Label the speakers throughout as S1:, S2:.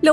S1: Lo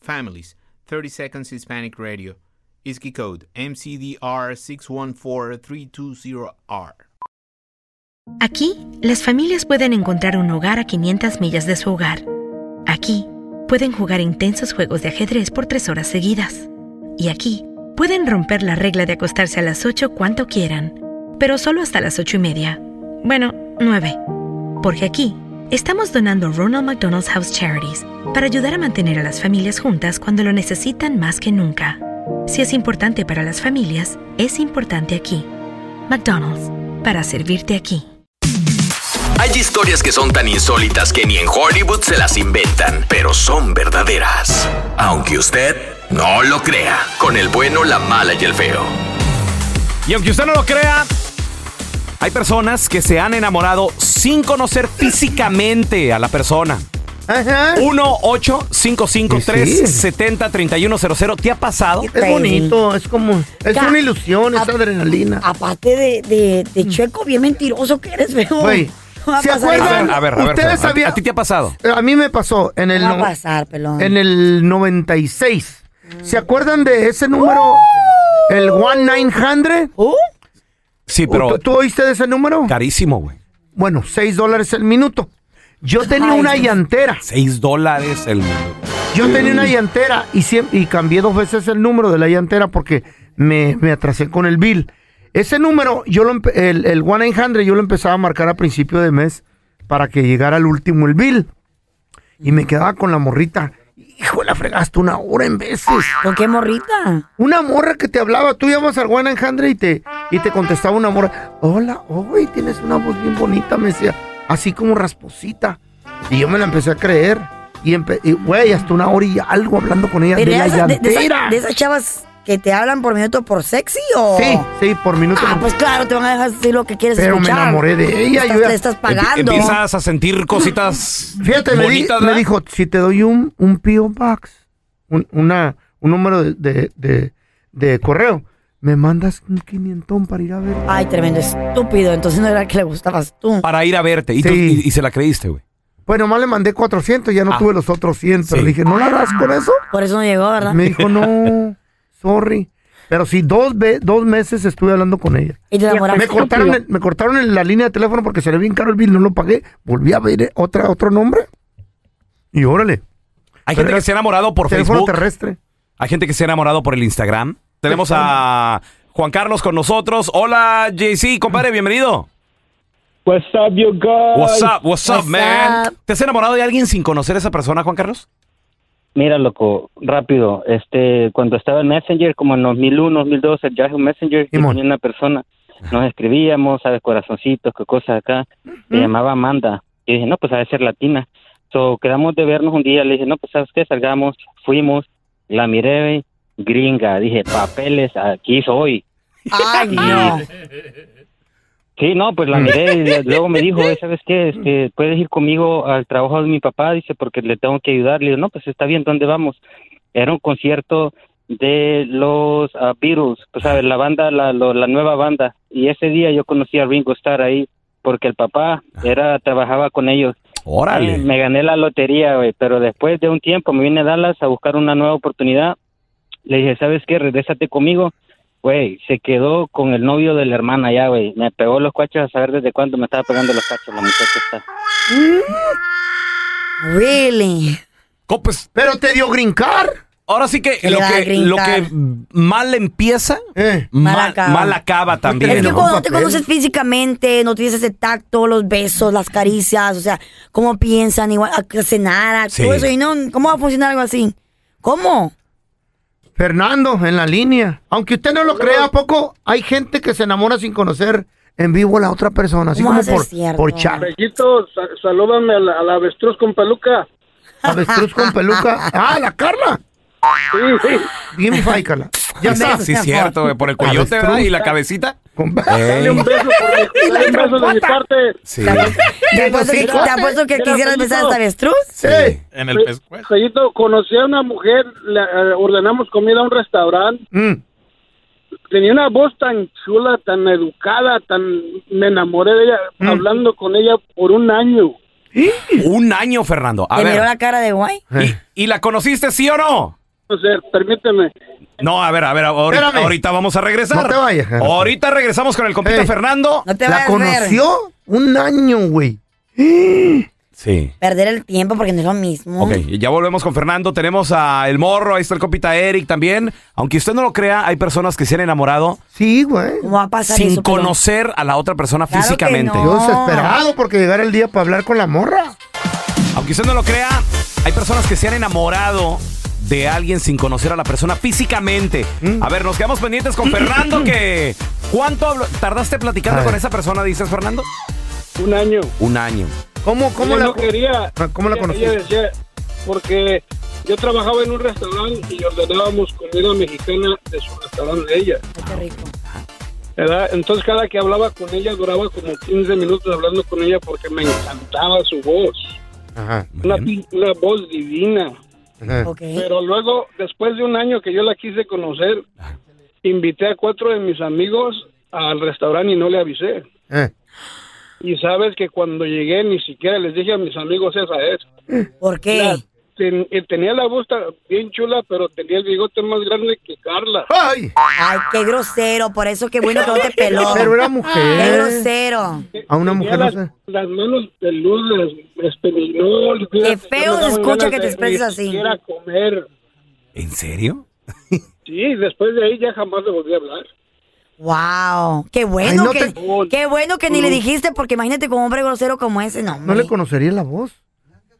S2: Families, 30 Seconds Hispanic Radio. ISKI code MCDR614320R.
S3: Aquí, las familias pueden encontrar un hogar a 500 millas de su hogar. Aquí, pueden jugar intensos juegos de ajedrez por tres horas seguidas. Y aquí, pueden romper la regla de acostarse a las 8 cuanto quieran, pero solo hasta las 8 y media. Bueno, 9. Porque aquí, estamos donando Ronald McDonald's House Charities para ayudar a mantener a las familias juntas cuando lo necesitan más que nunca. Si es importante para las familias, es importante aquí. McDonald's, para servirte aquí.
S4: Hay historias que son tan insólitas que ni en Hollywood se las inventan, pero son verdaderas. Aunque usted no lo crea, con el bueno, la mala y el feo.
S5: Y aunque usted no lo crea, hay personas que se han enamorado sin conocer físicamente a la persona.
S6: Ajá. Pues
S5: 1-855-370-3100. ¿Te ha pasado?
S6: Es bonito, es como. Es
S7: Ca-
S6: una ilusión, es
S7: Ap-
S5: Ah,
S6: adrenalina. Mm.
S7: Aparte de, de, de chueco, bien mentiroso que eres, feo.
S6: Güey,
S7: No va a
S6: ¿se
S7: pasar
S5: uh, A
S6: acuerdan?
S5: ver, a ver, a ver.
S6: Ustedes
S5: Feo, ¿a ti-
S6: sabían-
S5: ¿A ti te ha pasado?
S6: Eh, A mí me pasó en el,
S7: eso. No va
S6: no-
S7: a pasar, pelón.
S6: en el 96. ¿Se
S5: Mm.
S6: acuerdan de ese
S5: Uh.
S6: número? El 1900.
S7: ¿Oh?
S5: Sí, pero
S6: ¿Tú, tú oíste de ese número?
S5: carísimo, güey.
S6: Bueno, 6 dólares el minuto. Yo tenía
S7: Ay,
S6: una
S7: Dios.
S6: llantera.
S5: 6 dólares el mundo.
S6: Yo tenía una llantera y, siem- y cambié dos veces el número de la llantera porque me, me atrasé con el bill. Ese número, yo lo empe- el, el 1-800, yo lo empezaba a marcar a principio de mes para que llegara al último el bill. Y me quedaba con la morrita. Hijo, la fregaste una hora en veces.
S7: ¿Con qué morrita?
S6: Una morra que te hablaba, tú llamas al 1-800 y te, y te contestaba una morra. Hola, hoy tienes una voz bien bonita, me decía. Así como rasposita. Y yo me la empecé a creer. Y, empe- y, güey, hasta una hora y algo hablando con ella de,
S7: Pero
S6: la
S7: esas- de- de esas-
S6: llantera.
S7: de esas chavas que te hablan por minuto por sexy o.
S6: Sí, sí, por minuto.
S7: Ah, pues claro, te van a dejar decir lo que quieres
S6: Pero me
S7: escuchar.
S6: enamoré de ella,
S7: Estás,
S6: yo ya-
S7: le estás
S5: Empi-
S7: pagando.
S5: Empiezas a sentir cositas
S6: Fíjate, me, di-
S5: bonitas,
S6: me
S5: ¿verdad?
S6: dijo, si te doy un, un P.O. Box, un, una, un número de, de, de- de correo, me mandas un quinientón para ir a ver.
S7: Ay, tremendo estúpido. Entonces no era el que le gustabas tú.
S5: para ir a verte. Y, tú-
S6: Sí.
S5: y- y se la creíste, güey.
S6: Pues nomás le mandé 400, ya no
S5: Ah.
S6: tuve los otros 100. Pero
S5: Sí.
S6: le dije, ¿no la das
S7: Ah.
S6: con eso?
S7: Por eso no llegó, ¿verdad?
S6: Me dijo, no, sorry. Pero sí, dos, ve- dos meses estuve hablando con ella.
S7: Y te enamoraste.
S6: Me cortaron, el- me cortaron el- la línea de teléfono porque se le bien caro el bill, no lo pagué. Volví a ver eh, otra, otro nombre. Y órale,
S5: Hay
S6: Pero
S5: gente que se ha enamorado por
S6: teléfono
S5: Facebook.
S6: terrestre.
S5: Hay gente que se ha enamorado por el Instagram. Tenemos a Juan Carlos con nosotros. Hola, JC, compadre, bienvenido.
S8: What's up, you guys?
S5: What's up, what's up,
S7: What's
S5: man?
S7: up?
S5: ¿Te has enamorado de alguien sin conocer a esa persona, Juan Carlos?
S8: Mira, loco, rápido. Este, cuando estaba en Messenger, como en 2001, 2002, el Yahoo Messenger, yo
S6: Simón.
S8: tenía una persona. Nos escribíamos, ¿sabes? Corazoncitos, qué cosas acá. Se llamaba Amanda. Y dije, no, pues ha de ser latina. So, quedamos de vernos un día. Le dije, no, pues, ¿sabes qué? Salgamos. Fuimos. La miré gringa. Dije, papeles, aquí soy.
S7: Ay, no.
S8: Sí, no, pues la miré y le- luego me dijo, "Eh, ¿sabes qué? Este, puedes ir conmigo al trabajo de mi papá, dice, porque le tengo que ayudar. Le digo, no, pues está bien, ¿dónde vamos? Era un concierto de los ah, Beatles, pues sabes, la banda, la, lo- la nueva banda. Y ese día yo conocí a Ringo Starr ahí, porque el papá era trabajaba con ellos. Eh,
S5: Órale.
S8: me gané la lotería, güey, pero después de un tiempo me vine a Dallas a buscar una nueva oportunidad. Le dije, ¿sabes qué? Regrésate conmigo. Güey, se quedó con el novio de la hermana ya, güey. Me pegó los cachos a saber desde cuándo me estaba pegando los cachos la muchacha está.
S7: Really.
S5: Co- pues,
S6: Pero te dio grincar.
S5: ahora sí que
S7: Te
S5: lo
S7: da a
S5: que,
S7: gritar.
S5: lo que mal empieza,
S6: Eh.
S5: mal,
S7: Mal acaba.
S5: mal acaba también.
S7: Es que
S5: ¿no?
S7: cuando no te
S6: papel.
S7: conoces físicamente, no tienes ese tacto, los besos, las caricias, o sea, cómo piensan, igual, a qué cenar, a
S5: Sí.
S7: todo eso, y no, ¿cómo va a funcionar algo así? ¿Cómo?
S6: Fernando, en la línea. Aunque usted no lo crea, ¿a poco hay gente que se enamora sin conocer en vivo a la otra persona? Así
S7: ¿Cómo
S6: como
S7: haces
S6: por,
S7: cierto?
S6: por chat.
S8: Bellito, sa- salúdame a la, a la avestruz con peluca.
S6: Avestruz con peluca. ¡Ah, la Carla!
S8: Sí, sí.
S6: Dime, fai, Carla. Ya está.
S5: Sí, cierto, güey, por el coyote,
S6: Avestruz.
S5: ¿verdad? Y la cabecita.
S6: Con-
S8: Dale un beso, por mi, dale un beso de mi parte.
S5: Sí.
S7: ¿Te apuesto que,
S8: hocicote.
S7: te apuesto que
S8: Mira,
S7: quisieras besar a esta
S8: Felito.
S7: avestruz?
S6: Sí.
S5: En el pescuezo.
S8: Bellito, conocí a una mujer, le, eh, ordenamos comida a un restaurante.
S6: Mm.
S8: Tenía una voz tan chula, tan educada, tan... Me enamoré de ella,
S6: Mm.
S8: hablando con ella por un año.
S5: Un año, Fernando. A
S7: Te miró
S5: ver.
S7: la cara de guay.
S6: Eh.
S5: ¿Y, y la conociste, sí o no?
S8: O sea, permíteme.
S5: No, a ver, a ver, ahorita,
S6: Espérame.
S5: ahorita vamos a regresar.
S6: No te vayas.
S5: Ahorita regresamos con el compita
S6: Ey.
S5: Fernando.
S7: No te
S6: La
S7: vayas a ver.
S6: conoció un año, güey.
S5: Sí.
S7: Perder el tiempo porque no es lo mismo.
S5: Ok, ya volvemos con Fernando. Tenemos a El Morro, ahí está el compita Eric también. Aunque usted no lo crea, hay personas que se han enamorado
S6: Sí, güey.
S7: ¿Cómo va a pasar
S5: sin
S7: eso? Pelón?
S5: conocer a la otra persona
S7: Claro que
S5: físicamente.
S7: no.
S6: Yo desesperado porque llegara el día para hablar con la morra.
S5: Aunque usted no lo crea, hay personas que se han enamorado de alguien sin conocer a la persona físicamente.
S6: Mm.
S5: A ver, nos quedamos pendientes con Fernando que... ¿Cuánto hablo- tardaste platicando
S6: A
S5: con
S6: ver.
S5: esa persona, dices, Fernando?
S8: Un año.
S5: Un año.
S6: ¿Cómo, cómo
S8: Ella
S6: la,
S8: no quería.
S6: Ah, ¿cómo la
S8: Ella-
S6: conociste?
S8: ella decía, porque yo trabajaba en un restaurante y ordenábamos comida mexicana de su restaurante de ella.
S7: Ay, qué rico.
S8: ¿verdad? Entonces cada que hablaba con ella duraba como 15 minutos hablando con ella porque me encantaba su voz.
S6: Ajá. Eh,
S8: Una, pi- una voz divina.
S6: ajá.
S7: Ok.
S8: Pero luego, después de un año que yo la quise conocer, invité a cuatro de mis amigos al restaurante y no le avisé.
S6: Eh.
S8: Y sabes que cuando llegué ni siquiera les dije a mis amigos esa es.
S7: ¿Por qué?
S8: La- ten- eh, tenía la voz tan- bien chula, pero tenía el bigote más grande que Carla.
S6: ¡Ay!
S7: Ay, qué grosero. Por eso qué bueno que no te peló.
S6: Pero era
S5: eh.
S7: Qué
S6: mujer.
S7: grosero.
S6: A una
S8: Tenía
S6: mujer no
S8: las,
S6: sé.
S8: las manos peludas, espinilol.
S7: Qué feo se escucha que te expreses así.
S8: Quiera comer.
S5: ¿En serio?
S8: Sí, después de ahí ya jamás le volví a hablar.
S7: Wow. Qué bueno
S6: Ay, no
S7: que
S8: te-
S7: qué bueno que ni le dijiste porque imagínate con un hombre grosero como ese, no.
S6: ¿No
S7: hombre.
S6: le conocería la voz?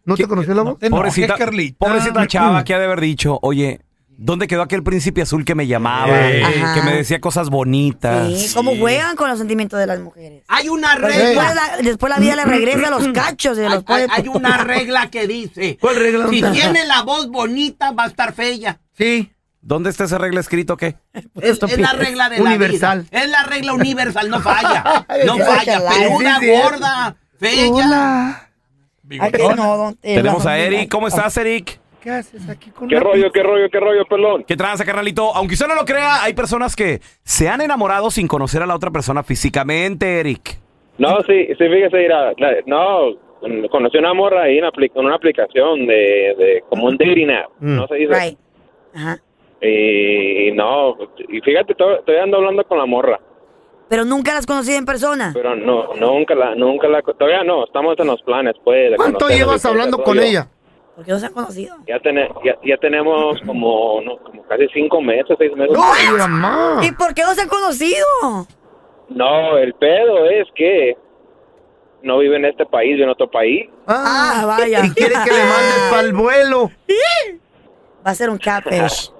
S6: ¿No te conocía la voz?
S5: Pobrecita, pobrecita chava que ha de haber dicho, oye, ¿dónde quedó aquel príncipe azul que me llamaba?
S6: Eh.
S7: Ajá.
S5: Que me decía cosas bonitas.
S7: Sí, cómo juegan con los sentimientos de las mujeres.
S4: Hay una
S7: Porque
S4: regla.
S7: Después la, después la vida le regresa los cachos y los
S4: Hay,
S7: pone-
S4: hay una regla que dice.
S6: ¿Cuál regla?
S4: Si tiene la voz bonita, va a estar fea.
S6: Sí.
S5: ¿Dónde está esa regla escrito qué?
S4: Es, es la regla de
S6: Universal.
S4: la vida. Es la regla universal, no falla. No
S7: Ay,
S4: falla,
S7: ojalá,
S4: pero
S7: sí,
S4: una
S6: sí, es.
S4: gorda, fea.
S7: Ay, que no, don Tela,
S5: Tenemos a
S7: don Tela.
S5: Eric. ¿Cómo estás, Eric?
S6: ¿Qué haces aquí con
S8: ¿Qué
S6: una
S8: rollo, qué rollo, qué rollo, pelón?
S5: ¿Qué tranza, carnalito? Aunque usted no lo crea, hay personas que se han enamorado sin conocer a la otra persona físicamente, Eric.
S9: No, sí, sí, fíjese, mira, la- no, conocí una morra ahí en, apli- en una aplicación de, de como un dating app,
S6: Mm.
S9: no se dice.
S7: Right. Ajá.
S9: Y, y no, y fíjate, to- todavía ando hablando con la morra,
S7: Pero nunca las conocí en persona.
S9: pero no, nunca la, nunca la, todavía no, estamos en los planes, pues. de
S6: ¿Cuánto
S9: conocernos y
S6: llevas
S9: todo ese
S6: hablando con
S9: rollo.
S6: ella?
S7: Porque no se han conocido.
S9: Ya, tene- ya, ya tenemos como, no, como casi cinco meses, seis meses.
S6: ¡Ay, mamá!
S7: ¿Y por qué no se han conocido?
S9: No, el pedo es que no vive en este país, vive en otro país.
S7: Ah, vaya.
S6: Y quiere que le mandes para el vuelo.
S7: Va a ser un catfish.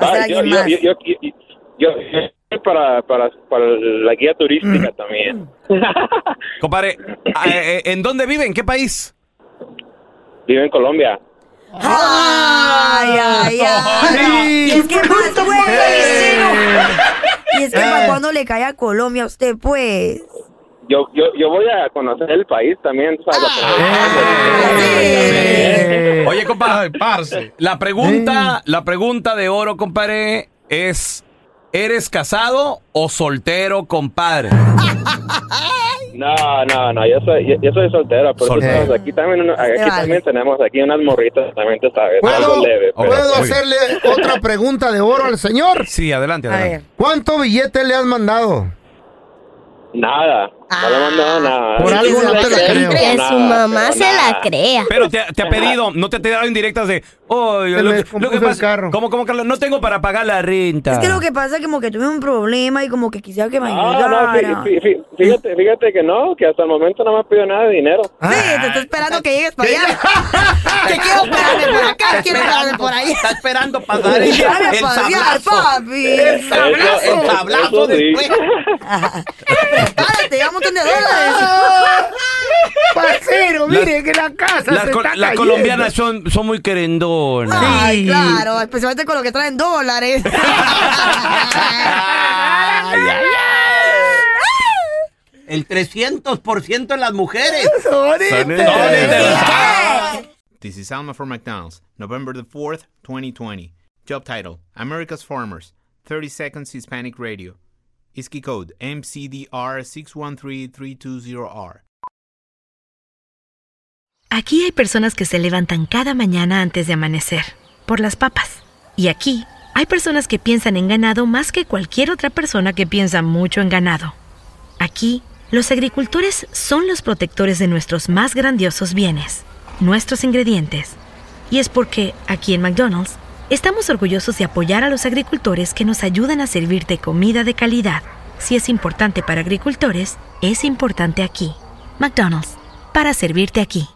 S7: Va a ser
S9: Ah, yo,
S7: alguien
S9: yo,
S7: más.
S9: yo, yo, yo, yo- yo- para, para, para la guía turística también.
S5: Compadre, ¿a- eh, ¿en dónde vive? ¿En qué país?
S9: Vive en Colombia.
S7: Ay, ay, ay.
S6: Ay.
S7: Y es que más, güey. Y es que
S6: Eh.
S5: Ah.
S7: para cuando le cae a Colombia a usted, pues.
S9: Yo, yo, yo voy a conocer el país también. ¿sabes?
S6: Eh.
S5: Oye, compadre, La pregunta, la pregunta de oro, compadre, es ¿eres casado o soltero, compadre?
S9: No, no, no, yo soy, yo, yo soy soltero, pero tú
S5: Soltero.
S9: sabes, aquí también, una- aquí
S7: Vale.
S9: también tenemos aquí unas morritas, también te sabes,
S6: ¿Puedo,
S9: algo leve. pero-
S6: ¿puedo
S5: Muy bien.
S6: hacerle otra pregunta de oro al señor?
S5: Sí, adelante,
S7: A
S5: adelante.
S7: ver.
S6: ¿Cuánto billete le has mandado?
S9: Nada, No le
S7: Ah.
S9: mandaron nada.
S5: Por algo no te la creo.
S10: Que
S5: Nada,
S10: su mamá
S5: pero
S10: se la
S5: nada.
S10: crea.
S5: Pero te, te ha pedido, no te ha tirado indirectas de, oh,
S6: Se
S5: lo,
S6: me
S5: que-
S6: descompuso
S5: lo que
S6: el
S5: pasa, ¿cómo, cómo, Carlos? No tengo para pagar la renta.
S7: Es que lo que pasa es como que tuve un problema y como que quisiera que me
S9: Ah, no,
S7: ayudara.
S9: fí- fí- fí- fíjate, fíjate que no, que hasta el momento no me ha pedido nada de dinero.
S5: Ah.
S7: te estoy esperando que llegues para allá.
S4: Te quiero pegarme por acá, quiero pegarme por allá. Está esperando pasar el, el
S7: Déjame pasear,
S4: sablazo.
S7: papi.
S4: El sablazo, el
S9: Eso-
S4: sablazo
S9: eso sí.
S4: después.
S7: Prepárate, llevamos un de dólares.
S6: Parcero,
S5: Las-
S6: mire que la casa
S5: Las,
S6: se
S5: col-
S6: está
S5: las
S6: cayendo.
S5: colombianas son, son muy querendonas.
S7: Ay, claro, especialmente con lo que traen dólares.
S6: 哎
S4: El 300% de las mujeres.
S5: Son enteras.
S2: This is Alma for McDonald's, November the 4th, 2020. Job title America's Farmers, 30 Seconds Hispanic Radio. ISKI code MCDR613320R.
S3: Aquí hay personas que se levantan cada mañana antes de amanecer, por las papas. Y aquí hay personas que piensan en ganado más que cualquier otra persona que piensa mucho en ganado. Aquí, los agricultores son los protectores de nuestros más grandiosos bienes, nuestros ingredientes. Y es porque, aquí en McDonald's, estamos orgullosos de apoyar a los agricultores que nos ayudan a servirte comida de calidad. Si es importante para agricultores, es importante aquí. McDonald's, para servirte aquí.